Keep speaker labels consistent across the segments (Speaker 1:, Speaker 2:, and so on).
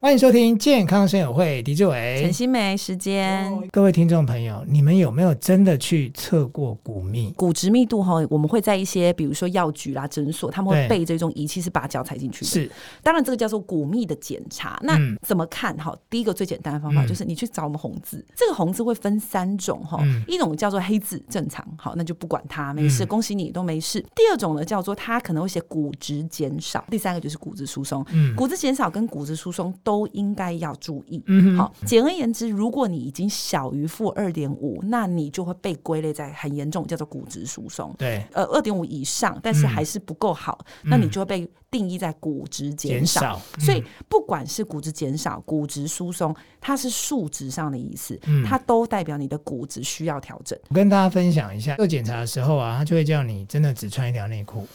Speaker 1: 欢迎收听健康生友会，狄志
Speaker 2: 陈
Speaker 1: 伟。
Speaker 2: 心梅时间。
Speaker 1: 各位听众朋友，你们有没有真的去测过骨密？
Speaker 2: 骨质密度哈，我们会在一些比如说药局啦、诊所，他们
Speaker 1: 对
Speaker 2: 会备这种仪器是把脚踩进去的。
Speaker 1: 是
Speaker 2: 当然这个叫做骨密的检查。那
Speaker 1: 嗯
Speaker 2: 怎么看哈？第一个最简单的方法
Speaker 1: 嗯
Speaker 2: 就是你去找我们红字，这个红字会分三种哈
Speaker 1: 嗯，
Speaker 2: 一种叫做黑字正常，好那就不管它，没
Speaker 1: 嗯
Speaker 2: 事，恭喜你都没事。第二种呢叫做它可能会写骨质减少，第三个就是骨质疏松。
Speaker 1: 嗯
Speaker 2: 骨质减少跟骨质疏松都应该要注意。
Speaker 1: 嗯哼
Speaker 2: 好，简而言之，如果你已经小于负二点五，那你就会被归类在很严重，叫做骨质疏松。
Speaker 1: 对
Speaker 2: 呃，二点五以上，
Speaker 1: 嗯
Speaker 2: 但是还是不够好，那你就会被定义在骨质减
Speaker 1: 减
Speaker 2: 少。
Speaker 1: 少，嗯
Speaker 2: 所以，不管是骨质减少、骨质疏松，它是数值上的意思，
Speaker 1: 嗯
Speaker 2: 它都代表你的骨质需要调整。
Speaker 1: 我跟大家分享一下，做检查的时候啊，他就会叫你真的只穿一条内 裤，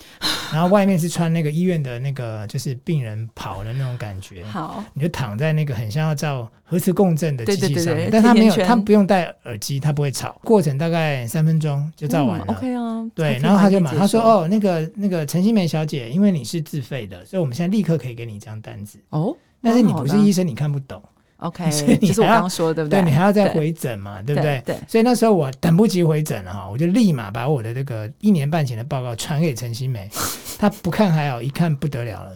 Speaker 1: 然后外面是穿那个医院的那个就是病人袍的那种感 觉。
Speaker 2: 好，
Speaker 1: 你就躺在那个很像要照核磁共振的机
Speaker 2: 对对
Speaker 1: 器
Speaker 2: 对
Speaker 1: 上面，
Speaker 2: 对
Speaker 1: 但他没有，
Speaker 2: 甜甜圈
Speaker 1: 他不用戴耳机，他不会吵。过程大概三分钟就照完了。
Speaker 2: 嗯、，OK 啊。
Speaker 1: 对，
Speaker 2: OK，
Speaker 1: 然后他就
Speaker 2: 蛮
Speaker 1: 马
Speaker 2: 可以
Speaker 1: 他说
Speaker 2: 接受，
Speaker 1: 哦，那个那个陈新梅小姐，因为你是自费的，所以我们现在立刻可以给你一张单子。
Speaker 2: 哦，
Speaker 1: 但是你
Speaker 2: 蛮好
Speaker 1: 不
Speaker 2: 的
Speaker 1: 是医生，你看不懂，
Speaker 2: 啊
Speaker 1: 所以
Speaker 2: ，OK，
Speaker 1: 你
Speaker 2: 就是我
Speaker 1: 还要
Speaker 2: 刚刚说的，对不
Speaker 1: 对你还要再
Speaker 2: 对
Speaker 1: 回诊嘛，对不
Speaker 2: 对
Speaker 1: 对？
Speaker 2: 对
Speaker 1: 所以那时候我等不及回诊了哈，我就立马把我的这个一年半前的报告传给陈 新梅，她不看还好，一看不得了了，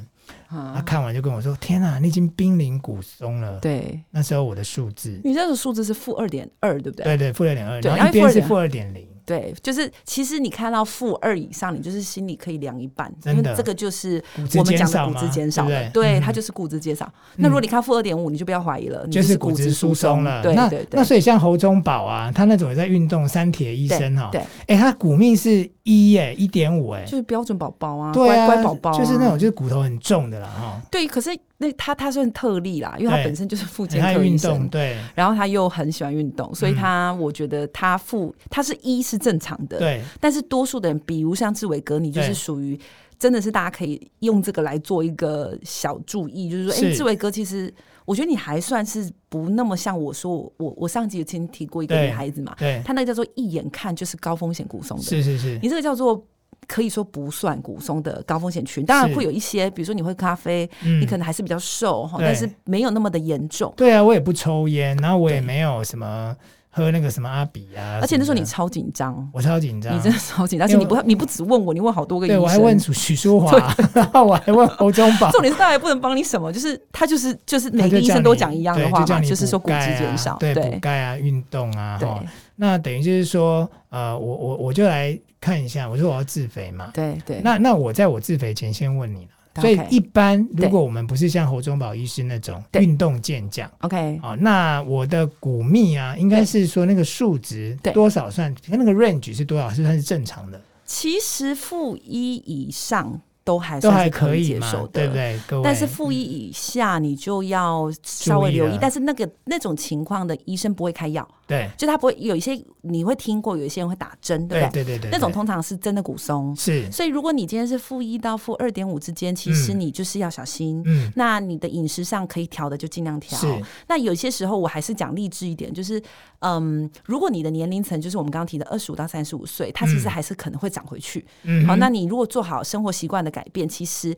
Speaker 1: 她
Speaker 2: 啊，
Speaker 1: 看完就跟我说：“天哪、你已经濒临骨松了。
Speaker 2: 对，”
Speaker 1: 那时候我的数字，
Speaker 2: 你那个数字是负二点二，对不对？
Speaker 1: 对对，负二点二，
Speaker 2: 对
Speaker 1: 然后一
Speaker 2: 因为
Speaker 1: 边
Speaker 2: 负
Speaker 1: 是负二点零，
Speaker 2: 对，就是其实你看到负二以上，你就是心里可以凉一半，
Speaker 1: 真
Speaker 2: 因为
Speaker 1: 的
Speaker 2: 这个就是
Speaker 1: 骨质
Speaker 2: 我们
Speaker 1: 减
Speaker 2: 讲
Speaker 1: 少
Speaker 2: 的骨
Speaker 1: 嘛，
Speaker 2: 质减少
Speaker 1: 对
Speaker 2: 了
Speaker 1: 不，
Speaker 2: 对，
Speaker 1: 嗯
Speaker 2: 它就是骨质减少。那如果你看负二点五，你就不要怀疑了，你
Speaker 1: 就是
Speaker 2: 骨
Speaker 1: 骨质疏
Speaker 2: 疏
Speaker 1: 松了。
Speaker 2: 对
Speaker 1: 那
Speaker 2: 对对
Speaker 1: 那，所以像侯忠宝啊，他那种也在运动三铁医生哈、
Speaker 2: 对对
Speaker 1: 哎、他骨密是一耶，一点五哎
Speaker 2: 就，是标准宝宝啊，
Speaker 1: 对啊，
Speaker 2: 乖乖宝宝啊，
Speaker 1: 就是那种就是骨头很重的啦哈，
Speaker 2: 对。可是那他他算特例啦，因为他
Speaker 1: 对
Speaker 2: 本身就是附
Speaker 1: 很
Speaker 2: 健
Speaker 1: 爱
Speaker 2: 科医
Speaker 1: 运动，
Speaker 2: 生。
Speaker 1: 对
Speaker 2: 然后他又很喜欢运动，所以
Speaker 1: 嗯
Speaker 2: 他、我觉得他负他是一是正常的，
Speaker 1: 对，
Speaker 2: 但是多数的人，比如像志伟哥，你就
Speaker 1: 对
Speaker 2: 是属于真的是大家可以用这个来做一个小注意，就是说，哎、
Speaker 1: 是
Speaker 2: 志伟哥，其实我觉得你还算是不那么像我说我我我上集有听提过一个
Speaker 1: 对
Speaker 2: 女孩子嘛，
Speaker 1: 对，
Speaker 2: 她那个叫做一眼看就是高风险骨松的，
Speaker 1: 是是是，
Speaker 2: 你这个叫做。可以说不算骨松的高风险群，当然
Speaker 1: 是
Speaker 2: 会有一些，比如说你会咖啡，
Speaker 1: 嗯
Speaker 2: 你可能还是比较瘦哈，
Speaker 1: 对
Speaker 2: 但是没有那么的严重。
Speaker 1: 对啊，我也不抽烟，然后我也
Speaker 2: 对
Speaker 1: 没有什么喝那个什么阿比啊，
Speaker 2: 而且那时候你
Speaker 1: 什么
Speaker 2: 超紧张
Speaker 1: 的，我超紧张
Speaker 2: 你，真的超紧张，
Speaker 1: 啊
Speaker 2: 而
Speaker 1: 因
Speaker 2: 且
Speaker 1: 为
Speaker 2: 你不你不只问我，你问好多个医
Speaker 1: 对
Speaker 2: 生，
Speaker 1: 我还问许许淑华，然后我还问侯忠 宝，
Speaker 2: 重点是他也不能帮你什么，就是他就是就是
Speaker 1: 他
Speaker 2: 每
Speaker 1: 就
Speaker 2: 个医
Speaker 1: 叫
Speaker 2: 生都
Speaker 1: 你
Speaker 2: 讲一样的
Speaker 1: 对
Speaker 2: 话
Speaker 1: 就叫
Speaker 2: 嘛，
Speaker 1: 你
Speaker 2: 就是
Speaker 1: 补
Speaker 2: 说骨质
Speaker 1: 钙啊
Speaker 2: 减少，
Speaker 1: 对，补
Speaker 2: 对
Speaker 1: 钙啊，运动啊，哈
Speaker 2: 对。
Speaker 1: 那等于就是说，呃，我我我就来看一下，我说我要自肥嘛。
Speaker 2: 对对，
Speaker 1: 那那我在我自肥前先问你了。所以
Speaker 2: OK
Speaker 1: 一般如
Speaker 2: 对
Speaker 1: 果我们不是像侯忠宝医师那种
Speaker 2: 对
Speaker 1: 运动健将
Speaker 2: OK
Speaker 1: 啊、哦，那我的骨密啊，应该
Speaker 2: 对
Speaker 1: 是说那个数值
Speaker 2: 对
Speaker 1: 多少算那个 range 是多少是算是正常的，
Speaker 2: 其实负一以上都还
Speaker 1: 都
Speaker 2: 算
Speaker 1: 还
Speaker 2: 是可
Speaker 1: 以
Speaker 2: 接
Speaker 1: 嘛
Speaker 2: 受，
Speaker 1: 对
Speaker 2: 的，
Speaker 1: 不对？各位，
Speaker 2: 但是负一以下你就要稍微
Speaker 1: 注意啊
Speaker 2: 留
Speaker 1: 了
Speaker 2: 意，但是那个那种情况的医生不会开药，
Speaker 1: 对
Speaker 2: 就他不会有一些你会听过，有一些人会打针，对
Speaker 1: 对
Speaker 2: 不对？
Speaker 1: 对对对，
Speaker 2: 那种
Speaker 1: 对
Speaker 2: 通常是真的骨松，
Speaker 1: 是
Speaker 2: 所以如果你今天是负一到负二点五之间，其实
Speaker 1: 嗯
Speaker 2: 你就是要小心。
Speaker 1: 嗯
Speaker 2: 那你的饮食上可以调的就尽量调。
Speaker 1: 是
Speaker 2: 那有些时候我还是讲励志一点，就是嗯，如果你的年龄层就是我们刚刚提的二十五到三十五岁，它其实
Speaker 1: 嗯
Speaker 2: 还是可能会长回去。
Speaker 1: 嗯
Speaker 2: 好，
Speaker 1: 哼
Speaker 2: 那你如果做好生活习惯的改变，其实。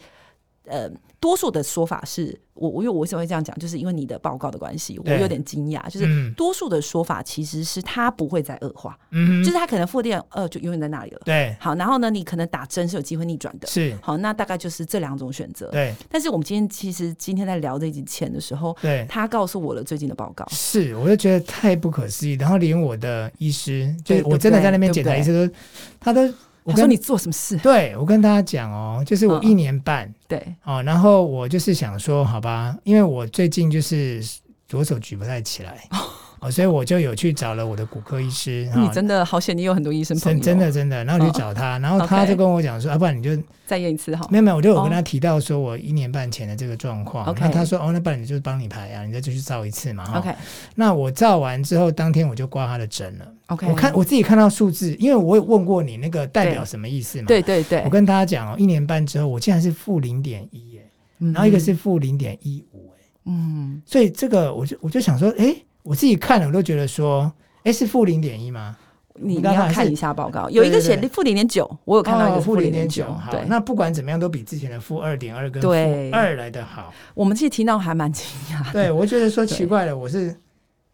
Speaker 2: 呃，多数的说法是我，我因为我为什么会这样讲，就是因为你的报告的关系，我
Speaker 1: 对
Speaker 2: 有点惊讶。就是
Speaker 1: 嗯
Speaker 2: 多数的说法其实是它不会再恶化，
Speaker 1: 嗯
Speaker 2: 就是
Speaker 1: 哼
Speaker 2: 它可能负电呃就永远在那里了。
Speaker 1: 对
Speaker 2: 好，然后呢，你可能打针是有机会逆转的。
Speaker 1: 是
Speaker 2: 好，那大概就是这两种选择。
Speaker 1: 对
Speaker 2: 但是我们今天其实今天在聊这集前的时候，
Speaker 1: 对
Speaker 2: 他告诉我了最近的报告。
Speaker 1: 是，我就觉得太不可思议。然后连我的医师，就
Speaker 2: 对
Speaker 1: 是
Speaker 2: 对
Speaker 1: 我
Speaker 2: 不
Speaker 1: 真的在
Speaker 2: 对
Speaker 1: 那边
Speaker 2: 对
Speaker 1: 检
Speaker 2: 不
Speaker 1: 查，医
Speaker 2: 对
Speaker 1: 师都他都我
Speaker 2: 他
Speaker 1: 跟
Speaker 2: 说你做什么事？
Speaker 1: 对我跟大家讲哦，就是我
Speaker 2: 嗯
Speaker 1: 一年半、
Speaker 2: 对，
Speaker 1: 哦，然后我就是想说，好吧，因为我最近就是左手举不太起 来哦，所以我就有去找了我的骨科医师
Speaker 2: 哦你
Speaker 1: 哈。
Speaker 2: 真的好险，你有很多医生朋友。
Speaker 1: 真真的真的，然后我就
Speaker 2: 嗯
Speaker 1: 找他，然后他就
Speaker 2: OK
Speaker 1: 跟我讲说，要、啊不然你就
Speaker 2: 再验一次哈。
Speaker 1: 没有没有，我就有跟
Speaker 2: 哦
Speaker 1: 他提到说我一年半前的这个状况，
Speaker 2: OK
Speaker 1: 那他说哦，那不然你就帮你排啊，你再继续照一次嘛哈。
Speaker 2: OK
Speaker 1: 那我照完之后，当天我就挂他的诊了。
Speaker 2: OK，
Speaker 1: 我看我自己看到数字，因为我有问过你那个代表什么意思嘛。
Speaker 2: 对对对
Speaker 1: 我，跟大家讲哦，一年半之后，我竟然是负零点一耶，
Speaker 2: 嗯
Speaker 1: 然后一个是负零点一五哎，
Speaker 2: 嗯，
Speaker 1: 所以这个我就我就想说，哎，我自己看了我都觉得说，哎，是负零点一吗？
Speaker 2: 你
Speaker 1: 你
Speaker 2: 你
Speaker 1: 刚
Speaker 2: 要
Speaker 1: 才
Speaker 2: 看
Speaker 1: 是
Speaker 2: 一下报告，
Speaker 1: 对
Speaker 2: 有一个
Speaker 1: 对
Speaker 2: 写
Speaker 1: 对
Speaker 2: 负零点九，我有看到一
Speaker 1: 哦
Speaker 2: 个
Speaker 1: 负
Speaker 2: 零
Speaker 1: 零
Speaker 2: 点
Speaker 1: 点
Speaker 2: 九
Speaker 1: 九，，好，
Speaker 2: 对，
Speaker 1: 那不管怎么样，都比之前的负二点二跟负
Speaker 2: 对
Speaker 1: 二来的 好。
Speaker 2: 我们其实听到还蛮惊讶的。
Speaker 1: 对，我觉得说
Speaker 2: 对
Speaker 1: 奇怪了，我是，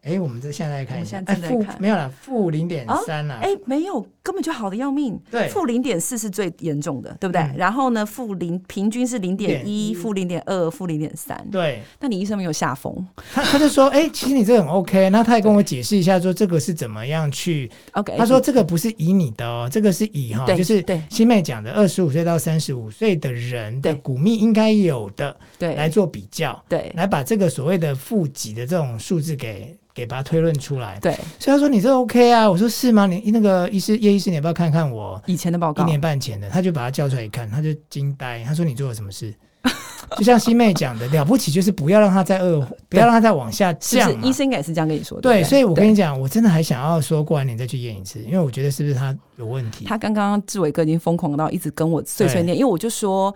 Speaker 1: 哎，我们这现在来看一
Speaker 2: 我
Speaker 1: 下
Speaker 2: 们，
Speaker 1: 哎，
Speaker 2: 现在正
Speaker 1: 负
Speaker 2: 在看
Speaker 1: 没有啦，负零点三啊啦，
Speaker 2: 哎，没有，根本就好的要命。
Speaker 1: 对
Speaker 2: 负零点四是最严重的，对不对？
Speaker 1: 嗯
Speaker 2: 然后呢，负零平均是零点一、
Speaker 1: 0.1
Speaker 2: 负零点二、负零点三。
Speaker 1: 对，
Speaker 2: 那你医生没有下风
Speaker 1: 他他就说，哎，其实你这个很 OK，那他还跟我解释一下说这个是怎么样去，
Speaker 2: ？OK，
Speaker 1: 他说这个不是以你的哦，这个是以哈，
Speaker 2: 哎对
Speaker 1: 就是
Speaker 2: 对
Speaker 1: 新妹讲的二十五岁到三十五岁的人的
Speaker 2: 对
Speaker 1: 骨密应该有的来
Speaker 2: 对
Speaker 1: 做比较，
Speaker 2: 对
Speaker 1: 来把这个所谓的负几的这种数字给给把它推论出来。
Speaker 2: 对，
Speaker 1: 所以他说你这 OK 啊，我说是吗？你那个医师叶医师，你要不要看看我
Speaker 2: 以前的报
Speaker 1: 一
Speaker 2: 告
Speaker 1: 年半前的？他就把他叫出来一看，他就惊呆，他说你做了什么事？ 就像西妹讲的，了不起就是不要让它再恶，不要让它再往下
Speaker 2: 是不
Speaker 1: 降
Speaker 2: 是
Speaker 1: 嘛。
Speaker 2: 医生应该也是这样跟你说的？
Speaker 1: 对，所以我跟
Speaker 2: 你
Speaker 1: 你讲，我真的还想要说，过完年再去验一次，因为我觉得是不是他有问题？
Speaker 2: 他刚刚志伟哥已经疯狂到一直跟我碎碎念，因为我就说，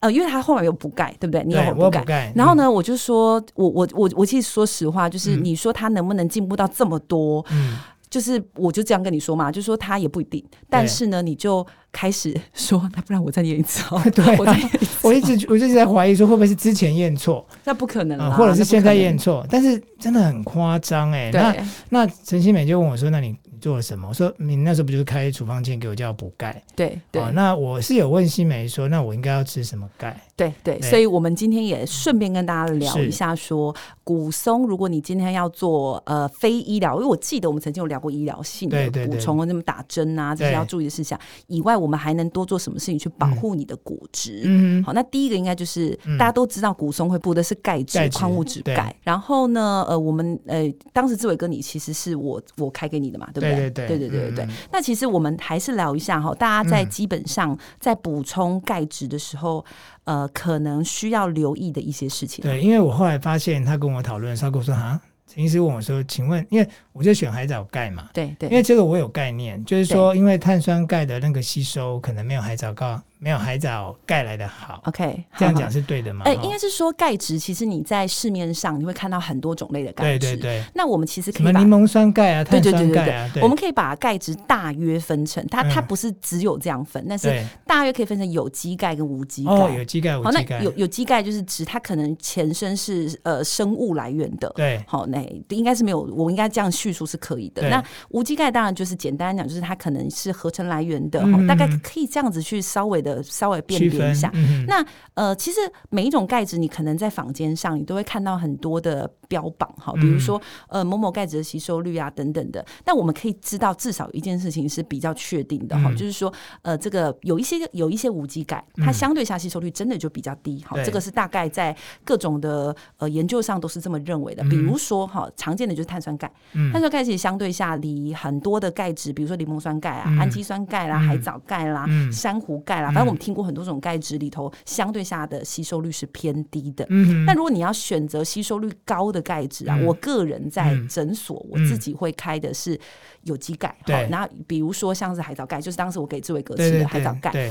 Speaker 2: 呃，因为他后面有补钙，对不对？你
Speaker 1: 对，
Speaker 2: 有
Speaker 1: 我
Speaker 2: 补
Speaker 1: 有
Speaker 2: 钙
Speaker 1: 补。钙。嗯
Speaker 2: 然后呢，我就说，我我我我其实说实话，就是
Speaker 1: 嗯
Speaker 2: 你说他能不能进步到这么多，
Speaker 1: 嗯？
Speaker 2: 就是我就这样跟你说嘛，就说他也不一定，但是呢，你就开始说，那不然我再念一次哦，
Speaker 1: 嗯， 对
Speaker 2: 我再
Speaker 1: 啊，
Speaker 2: 念一次
Speaker 1: 我一直我一直在怀疑说会不会是之前验错
Speaker 2: 那不可能
Speaker 1: 啊，
Speaker 2: 啦，
Speaker 1: 或者是
Speaker 2: 嗯那不可
Speaker 1: 现在
Speaker 2: 能
Speaker 1: 验错，但是真的很夸张哎。那
Speaker 2: 对
Speaker 1: 那陈新美就问我说：“那你你做了什么？”我说：“你那时候不就是开处方笺给我叫我补钙？
Speaker 2: 对对
Speaker 1: 哦，那我是有问新美说，那我应该要吃什么钙？
Speaker 2: 对对，
Speaker 1: 对
Speaker 2: 所以我们今天也顺便跟大家聊
Speaker 1: 哎是
Speaker 2: 一下说，骨松，如果你今天要做呃非医疗，因为我记得我们曾经有聊过医疗性的
Speaker 1: 对对
Speaker 2: 补
Speaker 1: 对
Speaker 2: 充，那么打针啊这些
Speaker 1: 对
Speaker 2: 要注意的事项以外，我们还能多做什么事情去保护你的骨质？
Speaker 1: 嗯哼，
Speaker 2: 好，那第一个应该就是、
Speaker 1: 嗯
Speaker 2: 大家都知道，骨松会补的是钙质
Speaker 1: 钙、质
Speaker 2: 矿物质
Speaker 1: 对
Speaker 2: 钙。然后呢，呃，我们呃，当时志伟哥你其实是我我开给你的嘛，对不
Speaker 1: 对
Speaker 2: 对
Speaker 1: 对
Speaker 2: 对对对对
Speaker 1: 嗯嗯
Speaker 2: 那其实我们还是聊一下哈，大家在
Speaker 1: 嗯
Speaker 2: 基本上在补充钙质的时候，呃，可能需要留意的一些事情。
Speaker 1: 对，因为我后来发现他跟我讨论的时候，他跟我说：‘啊，陈医师问我说，请问，因为我就选海藻钙嘛，
Speaker 2: 对
Speaker 1: 因
Speaker 2: 对
Speaker 1: 为这个我有概念，就是说，因为碳酸钙的那个吸收可能没有海藻钙没有海藻钙来的好，
Speaker 2: ，OK，
Speaker 1: 这样
Speaker 2: 好
Speaker 1: 讲。是对的嘛？
Speaker 2: 哎、
Speaker 1: 哈
Speaker 2: 应该是说钙质，其实你在市面上你会看到很多种类的钙
Speaker 1: 对
Speaker 2: 质。
Speaker 1: 对对，
Speaker 2: 那我们其实
Speaker 1: 什
Speaker 2: 可
Speaker 1: 么
Speaker 2: 以把
Speaker 1: 柠檬酸钙啊、
Speaker 2: 对
Speaker 1: 碳
Speaker 2: 对对
Speaker 1: 酸
Speaker 2: 对
Speaker 1: 钙啊，对
Speaker 2: 我们可以把钙质大约分成，它它
Speaker 1: 嗯
Speaker 2: 不是只有这样分，但是
Speaker 1: 对
Speaker 2: 大约可以分成有机钙跟无机钙。
Speaker 1: 哦，有机钙、无
Speaker 2: 好，那
Speaker 1: 机钙
Speaker 2: 有，有机钙就是指它可能前身是呃生物来源的。
Speaker 1: 对
Speaker 2: 好，那应该是没有，我应该这样叙述是可以的。
Speaker 1: 对
Speaker 2: 那无机钙当然就是简单讲，就是它可能是合成来源的，
Speaker 1: 嗯
Speaker 2: 哦大概
Speaker 1: 嗯嗯
Speaker 2: 可以这样子去稍微的稍微辨
Speaker 1: 区
Speaker 2: 别一
Speaker 1: 分
Speaker 2: 下。。
Speaker 1: 嗯哼
Speaker 2: 那呃，其实每一种钙质，你可能在坊间上，你都会看到很多的标榜哈，比如
Speaker 1: 嗯
Speaker 2: 说、呃某某钙质的吸收率啊等等的。但我们可以知道，至少有一件事情是比较确定的哈，
Speaker 1: 嗯
Speaker 2: 就是说呃这个有一些有一些无机钙，
Speaker 1: 嗯
Speaker 2: 它相对下吸收率真的就比较低哈。
Speaker 1: 对
Speaker 2: 这个是大概在各种的呃研究上都是这么认为的。比如说哈，常见的就是碳酸钙，
Speaker 1: 嗯
Speaker 2: 碳酸钙其实相对下离很多的钙质，比如说柠檬酸钙啊、
Speaker 1: 嗯
Speaker 2: 氨基酸钙啦、
Speaker 1: 嗯
Speaker 2: 海藻钙啦、
Speaker 1: 嗯
Speaker 2: 珊瑚钙啦，反正我们听过很多种钙质里头，相对下的吸收率是偏低的。
Speaker 1: 嗯哼
Speaker 2: 但如果你要选择吸收率高的钙质啊，
Speaker 1: 嗯
Speaker 2: 我个人在
Speaker 1: 嗯
Speaker 2: 诊所我
Speaker 1: 嗯
Speaker 2: 自己会开的是有机钙，
Speaker 1: 对
Speaker 2: 好，那比如说像是海藻钙，就是当时我给志伟哥
Speaker 1: 对
Speaker 2: 吃
Speaker 1: 对
Speaker 2: 的海藻钙。
Speaker 1: 对，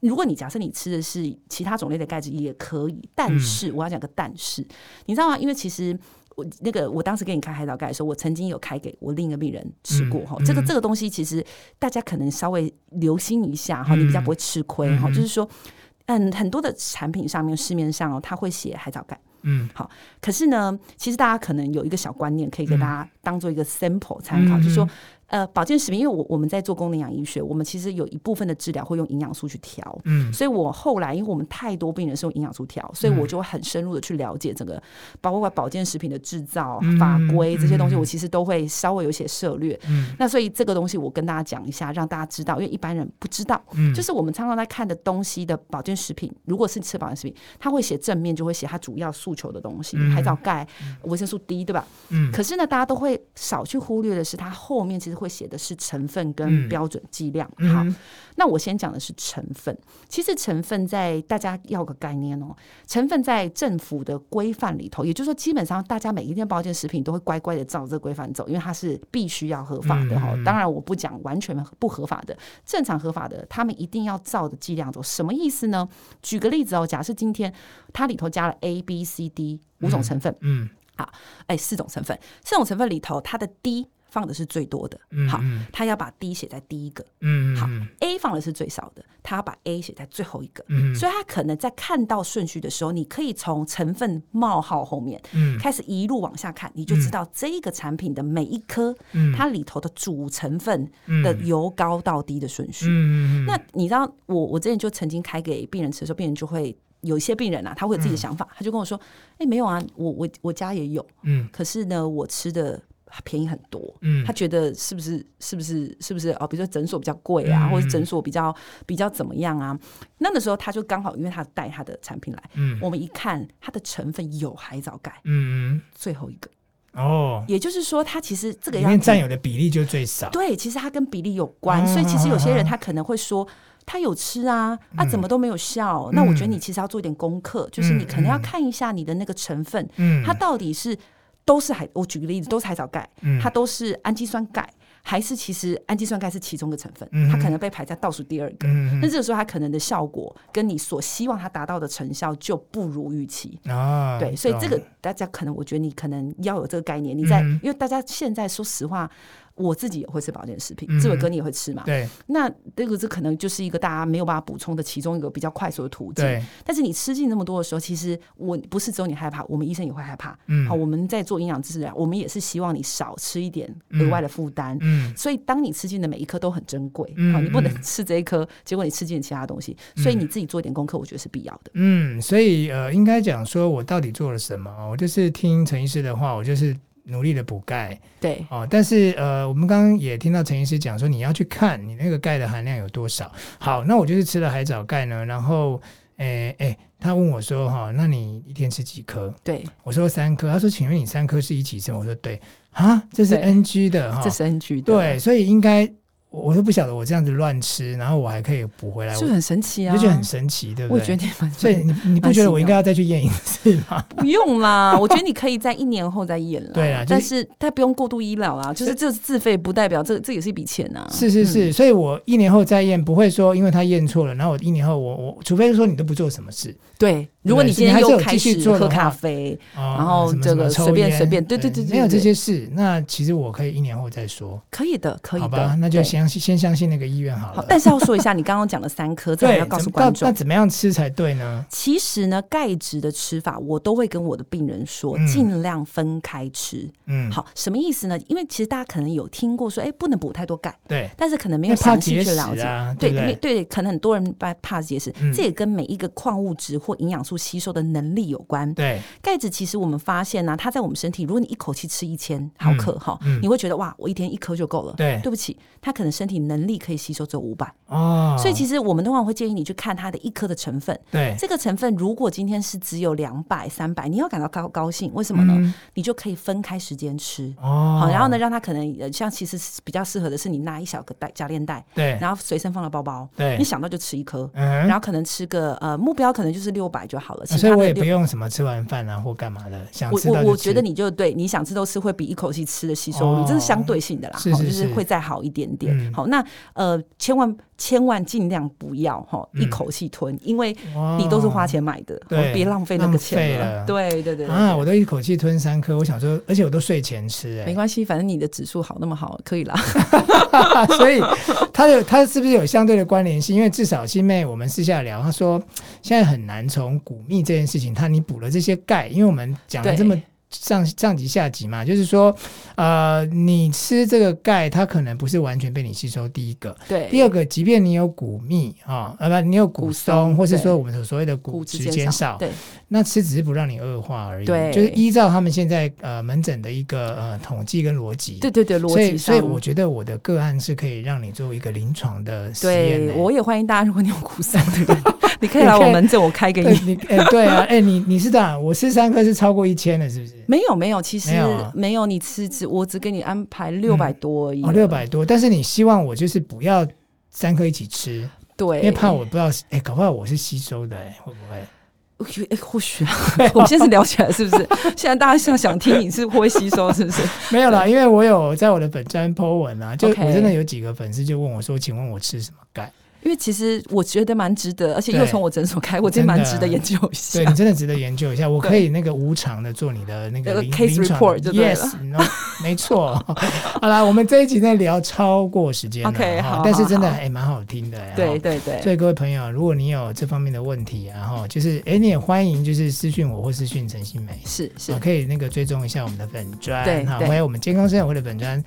Speaker 2: 如果你假设你吃的是其他种类的钙质也可以，但
Speaker 1: 嗯
Speaker 2: 是、我要讲个但是，你知道吗？因为其实我那个我当时给你开海藻钙的时候，我曾经有开给我另一个病人吃过
Speaker 1: 嗯
Speaker 2: 哈、
Speaker 1: 嗯
Speaker 2: 这个这个东西其实大家可能稍微留心一下哈，
Speaker 1: 嗯
Speaker 2: 你比较不会吃亏哈、
Speaker 1: 嗯
Speaker 2: 就是说。嗯，很多的产品上面市面上哦，它会写海藻钙，
Speaker 1: 嗯，
Speaker 2: 可是呢，其实大家可能有一个小观念，可以给大家当做一个 sample 参
Speaker 1: 嗯
Speaker 2: 考，
Speaker 1: 嗯嗯
Speaker 2: 就是说，呃，保健食品，因为我我们在做功能营养医学，我们其实有一部分的治疗会用营养素去调，
Speaker 1: 嗯
Speaker 2: 所以我后来因为我们太多病人是用营养素调，所以我就会很深入的去了解整个，包括保健食品的制造、啊
Speaker 1: 嗯
Speaker 2: 法规这些东西，
Speaker 1: 嗯
Speaker 2: 我其实都会稍微有一些涉略。
Speaker 1: 嗯
Speaker 2: 那所以这个东西我跟大家讲一下，让大家知道，因为一般人不知道。
Speaker 1: 嗯，
Speaker 2: 就是是我们常常在看的东西的保健食品，如果是吃保健食品，它会写正面，就会写它主要诉求的东西，
Speaker 1: 嗯
Speaker 2: 海藻钙、维生素 D，对吧？
Speaker 1: 嗯
Speaker 2: 可是呢，大家都会少去忽略的是，它后面其实会写的是成分跟
Speaker 1: 嗯
Speaker 2: 标准剂量。
Speaker 1: 嗯
Speaker 2: 好，
Speaker 1: 哼
Speaker 2: 那我先讲的是成分。其实成分在大家要有个概念哦，成分在政府的规范里头，也就是说，基本上大家每一天保健食品都会乖乖的照这个规范走，因为它是必须要合法的哈、
Speaker 1: 嗯嗯嗯
Speaker 2: 当然，我不讲完全不合法的，正常合法的，他们一定要照的剂量走。什么意思呢？举个例子哦，假设今天它里头加了 A、B、C、D 五种成分，
Speaker 1: 嗯
Speaker 2: 哎，四种成分，四种成分里头，它的 D 放的是最多的，
Speaker 1: 嗯
Speaker 2: 好，
Speaker 1: 嗯
Speaker 2: 他要把 D 写在第一个
Speaker 1: 嗯，
Speaker 2: 好
Speaker 1: 嗯
Speaker 2: ，A 放的是最少的，他要把 A 写在最后一个。
Speaker 1: 嗯
Speaker 2: 所以他可能在看到顺序的时候，你可以从成分冒号后面
Speaker 1: 嗯
Speaker 2: 开始一路往下看，你就知道这个产品的每一颗
Speaker 1: 嗯
Speaker 2: 它里头的主成分
Speaker 1: 嗯
Speaker 2: 的由高到低的顺序。
Speaker 1: 嗯嗯嗯
Speaker 2: 那你知道我我之前就曾经开给病人吃的时候，病人就会有一些病人啊，他会
Speaker 1: 嗯
Speaker 2: 有自己的想法，他就跟我说：“哎、没有啊，我我我家也有，
Speaker 1: 嗯
Speaker 2: 可是呢，我吃的便宜很多。”
Speaker 1: 嗯
Speaker 2: 他觉得是不是是不是是不是哦？比如说诊所比较贵
Speaker 1: 嗯
Speaker 2: 啊，或者诊所比较比较怎么样啊？那个时候他就刚好因为他带他的产品来，
Speaker 1: 嗯
Speaker 2: 我们一看它的成分有海藻钙，
Speaker 1: 嗯
Speaker 2: 最后一个，
Speaker 1: 嗯哦，
Speaker 2: 也就是说它其实这个
Speaker 1: 里
Speaker 2: 要
Speaker 1: 面占有的比例就最少，
Speaker 2: 对，其实它跟比例有关，
Speaker 1: 哦
Speaker 2: 所以其实有些人他可能会说。他有吃啊，
Speaker 1: 嗯
Speaker 2: 啊，怎么都没有效？那我觉得你其实要做一点功课，就是你可能要看一下你的那个成分，
Speaker 1: 嗯，
Speaker 2: 它到底是都是海，我举个例子，都是海藻钙，
Speaker 1: 嗯
Speaker 2: 它都是氨基酸钙，还是其实氨基酸钙是其中一个成分
Speaker 1: 嗯，哼
Speaker 2: 它可能被排在倒数第二个。
Speaker 1: 嗯
Speaker 2: 那这个时候，它可能的效果跟你所希望它达到的成效就不如预期。
Speaker 1: 嗯啊，
Speaker 2: 对，所以这个大家可能，我觉得你可能要有这个概念。你在
Speaker 1: 嗯，
Speaker 2: 因为大家现在说实话，我自己也会吃保健食品
Speaker 1: 嗯，哼
Speaker 2: 志伟哥你也会吃嘛
Speaker 1: 懂。对
Speaker 2: 那这个这可能就是一个大家没有办法补充的其中一个比较快速的途径。
Speaker 1: 对，
Speaker 2: 但是你吃进那么多的时候，其实我不是只有你害怕，我们医生也会害怕。
Speaker 1: 嗯
Speaker 2: 好，我们在做营养治疗，我们也是希望你少吃一点额外的负担。
Speaker 1: 嗯
Speaker 2: 所以，当你吃进的每一颗都很珍贵，
Speaker 1: 嗯
Speaker 2: 好，你不
Speaker 1: 嗯
Speaker 2: 能吃这一颗，结果你吃进了其他东西，所以你自己做一点功课，我觉得是必要的。
Speaker 1: 嗯，所以呃，应该讲说我到底做了什么？我就是听陈医师的话，我就是努力的补钙，
Speaker 2: 对，
Speaker 1: 哦，但是呃，我们刚刚也听到陈医师讲说，你要去看你那个钙的含量有多少。好，那我就是吃了海藻钙呢，然后，诶诶，他问我说，哈、那你一天吃几颗？
Speaker 2: 对，
Speaker 1: 我说三颗。他说，请问你三颗是一起吃吗？我说对。啊，这是
Speaker 2: 对
Speaker 1: NG 的哈
Speaker 2: 这，是 NG 的，
Speaker 1: 嗯对，，所以应该我我都不晓得我这样子乱吃，然后我还可以补回来，
Speaker 2: 就
Speaker 1: 我
Speaker 2: 很神奇啊！
Speaker 1: 就觉得很神奇，对不
Speaker 2: 我
Speaker 1: 对？
Speaker 2: 也觉得你嗯蛮，
Speaker 1: 所以你你不
Speaker 2: 蛮
Speaker 1: 觉
Speaker 2: 奇
Speaker 1: 得
Speaker 2: 妙
Speaker 1: 我应该要再去验一次 吗？
Speaker 2: 不用啦，我觉得你可以在一年后再验了。
Speaker 1: 对啊就是
Speaker 2: 但是他不用过度医疗啊，就是这是自费，不代表这这也是一笔钱啊。
Speaker 1: 是是是，所以我一年后再验，不会说因为他验错了，然后我一年后我我，除非是说你都不做什么事，
Speaker 2: 对，如果
Speaker 1: 对
Speaker 2: 你
Speaker 1: 所以
Speaker 2: 今
Speaker 1: 你
Speaker 2: 天
Speaker 1: 还是
Speaker 2: 又
Speaker 1: 有继
Speaker 2: 开
Speaker 1: 续
Speaker 2: 始
Speaker 1: 做的
Speaker 2: 喝
Speaker 1: 话
Speaker 2: 咖啡，
Speaker 1: 哦
Speaker 2: 然后
Speaker 1: 什么
Speaker 2: 这
Speaker 1: 什么
Speaker 2: 个
Speaker 1: 抽
Speaker 2: 随便
Speaker 1: 烟
Speaker 2: 随便对对对对
Speaker 1: 没有
Speaker 2: 对
Speaker 1: 这些事，那其实我可以一年后再说，
Speaker 2: 可以的，可以
Speaker 1: 好
Speaker 2: 的。
Speaker 1: 吧？那就
Speaker 2: 对
Speaker 1: 相信先相信那个医院好
Speaker 2: 好
Speaker 1: 了，。
Speaker 2: 但是要说一下，你刚刚讲的三颗，这我
Speaker 1: 对，
Speaker 2: 要告
Speaker 1: 怎
Speaker 2: 诉
Speaker 1: 么
Speaker 2: 观
Speaker 1: 那
Speaker 2: 众
Speaker 1: 那。怎么样吃才对呢？
Speaker 2: 其实呢，钙质的吃法，我都会跟我的病人说
Speaker 1: 嗯，
Speaker 2: 尽量分开吃。
Speaker 1: 嗯，
Speaker 2: 好，什么意思呢？因为其实大家可能有听过说，哎，不能补太多钙，
Speaker 1: 对，
Speaker 2: 但是可能没
Speaker 1: 因为
Speaker 2: 有
Speaker 1: 怕
Speaker 2: 详细
Speaker 1: 结
Speaker 2: 去
Speaker 1: 石
Speaker 2: 了解。
Speaker 1: 啊，
Speaker 2: 对
Speaker 1: 不
Speaker 2: 因为
Speaker 1: 对？
Speaker 2: 对，可能很多人怕怕结石，
Speaker 1: 嗯
Speaker 2: 这也跟每一个矿物质或营养素吸收的能力有关。
Speaker 1: 对，
Speaker 2: 钙质其实我们发现呢、它在我们身体，如果你一口气吃一千毫克哈、
Speaker 1: 嗯
Speaker 2: 你会觉得哇，我一天一颗就够了。
Speaker 1: 对
Speaker 2: 对不起，它可能身体能力可以吸收只有五百、
Speaker 1: 哦，
Speaker 2: 所以其实我们通常会建议你去看它的一颗的成分。
Speaker 1: 对，
Speaker 2: 这个成分如果今天是只有两百、三百，你要感到高高兴，为什么呢？
Speaker 1: 嗯
Speaker 2: 你就可以分开时间吃。
Speaker 1: 哦，
Speaker 2: 好，然后呢，让它可能呃，像其实是比较适合的是你拿一小个袋夹链袋，
Speaker 1: 对，
Speaker 2: 然后随身放到包包，
Speaker 1: 对
Speaker 2: 你想到就吃一颗，
Speaker 1: 嗯
Speaker 2: 然
Speaker 1: 哼。
Speaker 2: 后可能吃个呃目标可能就是六百就好了，其
Speaker 1: 所以
Speaker 2: 他
Speaker 1: 我
Speaker 2: 的
Speaker 1: 也不
Speaker 2: 六。
Speaker 1: 用什么吃完饭啊或干嘛的，想
Speaker 2: 我
Speaker 1: 吃到
Speaker 2: 我
Speaker 1: 就
Speaker 2: 我
Speaker 1: 吃
Speaker 2: 觉得你就对你想吃都吃会比一口气吃的吸收率，
Speaker 1: 哦
Speaker 2: 这是相对性的啦，
Speaker 1: 是
Speaker 2: 好
Speaker 1: 是
Speaker 2: 就是会再好一点
Speaker 1: 嗯
Speaker 2: 点。好，那呃千万千万尽量不要哈一口气吞，因为你都是花钱买的，
Speaker 1: 嗯哦对
Speaker 2: 好别浪费那个钱
Speaker 1: 浪费了
Speaker 2: 对对对对
Speaker 1: 啊！我都一口气吞三颗，我想说，而且我都睡前吃、
Speaker 2: 没
Speaker 1: 欸，
Speaker 2: 关系，反正你的指数好那么好，可以啦。
Speaker 1: 哎，所以它有它是不是有相对的关联性？因为至少新妹我们私下聊，她说现在很难从骨密这件事情，它你补了这些钙，因为我们讲了
Speaker 2: 对
Speaker 1: 这么。上上级下级嘛，就是说，呃，你吃这个钙，它可能不是完全被你吸收。第一个，第
Speaker 2: 对
Speaker 1: 二个，即便你有骨密啊，呃、不，你有骨
Speaker 2: 骨
Speaker 1: 松，
Speaker 2: 松
Speaker 1: 或是
Speaker 2: 对
Speaker 1: 说我们所所谓的骨
Speaker 2: 骨
Speaker 1: 质
Speaker 2: 质
Speaker 1: 减
Speaker 2: 减
Speaker 1: 少，
Speaker 2: 对
Speaker 1: 那吃只是不让你恶化而已。
Speaker 2: 对
Speaker 1: 就是依照他们现在呃门诊的一个呃统计跟逻辑，
Speaker 2: 对对对，逻
Speaker 1: 所以
Speaker 2: 辑
Speaker 1: 所
Speaker 2: 上
Speaker 1: 以我觉得我的个案是可以让你做一个临床的实验
Speaker 2: 对
Speaker 1: 的。，
Speaker 2: 我也欢迎大家，如果你有 骨伤的人，你可以来我门诊，我开给
Speaker 1: 对
Speaker 2: 你。
Speaker 1: 你哎、对啊，哎、你你是这样，我吃三颗是超过一千的，是不是？
Speaker 2: 没有没有，其实
Speaker 1: 没有啊嗯
Speaker 2: 没有，你吃只我只给你安排六百多而已，
Speaker 1: 哦，六百多，但是你希望我就是不要三颗一起吃，
Speaker 2: 对，
Speaker 1: 因为怕我不知道是，哎、搞不好我是吸收的、哎，会不会？
Speaker 2: 我觉得，哎或许啊， 我们现在是聊起来是 不是？现在大家想想听你是会吸收是不是？
Speaker 1: 没有啦，因为我有在我的本专 po 文啊，就
Speaker 2: OK
Speaker 1: 我真的有几个粉丝就问我说，请问我吃什么钙？
Speaker 2: 因为其实我觉得蛮值得，而且
Speaker 1: 对
Speaker 2: 又从我诊所开，我觉得蛮值得研究一
Speaker 1: 对
Speaker 2: 下
Speaker 1: 你。真的值啊得研究一下，我可以那个无偿的做你的那
Speaker 2: 有
Speaker 1: 个
Speaker 2: 个
Speaker 1: 临
Speaker 2: case
Speaker 1: 临床
Speaker 2: report 就对了
Speaker 1: yes，no, 没错。 好啦，我们这一集在聊超过时间了
Speaker 2: OK，
Speaker 1: 哈
Speaker 2: 好
Speaker 1: 但是真的
Speaker 2: 好好
Speaker 1: 还蛮好听的。哈
Speaker 2: 对对对，
Speaker 1: 所以各位朋友，如果你有这方面的问题、啊，然后就是，哎，你也欢迎就是私讯我或私讯陈心梅，
Speaker 2: 是是
Speaker 1: 啊，，可以那个追踪一下我们的粉砖，
Speaker 2: 对
Speaker 1: 好，
Speaker 2: 对
Speaker 1: 还有我们健康生活会的粉砖，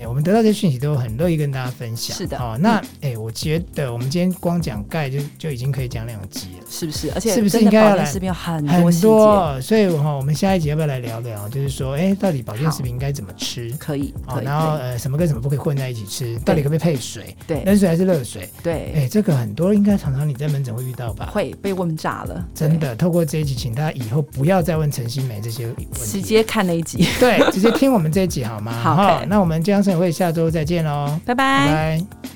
Speaker 1: 哎，我们得到这些讯息都很乐意跟大家分享。
Speaker 2: 是的
Speaker 1: 哦，那哎，我觉得我们今天光讲钙就就已经可以讲两集了。
Speaker 2: 是不是？而且
Speaker 1: 是不是
Speaker 2: 真
Speaker 1: 应
Speaker 2: 的
Speaker 1: 该要
Speaker 2: 保健
Speaker 1: 来
Speaker 2: 食品有很多
Speaker 1: 很
Speaker 2: 细节，
Speaker 1: 多，所以哈，我们下一集要不要来聊聊？就是说，哎，到底保健食品应该怎么吃？
Speaker 2: 可以
Speaker 1: 哦
Speaker 2: 可，以
Speaker 1: 然后呃，什么跟什么不可以混在一起吃？到底可不可以配水？
Speaker 2: 对对
Speaker 1: 冷水还是热水？
Speaker 2: 对，
Speaker 1: 哎，这个很多应该常常你在门诊会遇到吧？
Speaker 2: 会被问炸了，
Speaker 1: 真的，透过这一集，请大家以后不要再问陈心梅这些问
Speaker 2: 对，
Speaker 1: 题，
Speaker 2: 直接看那一集，
Speaker 1: 对，直接听我们这一集好吗？
Speaker 2: 好
Speaker 1: 哈
Speaker 2: 可以
Speaker 1: 那我们江省会下周再见喽，
Speaker 2: 拜
Speaker 1: 拜
Speaker 2: 拜。
Speaker 1: 拜。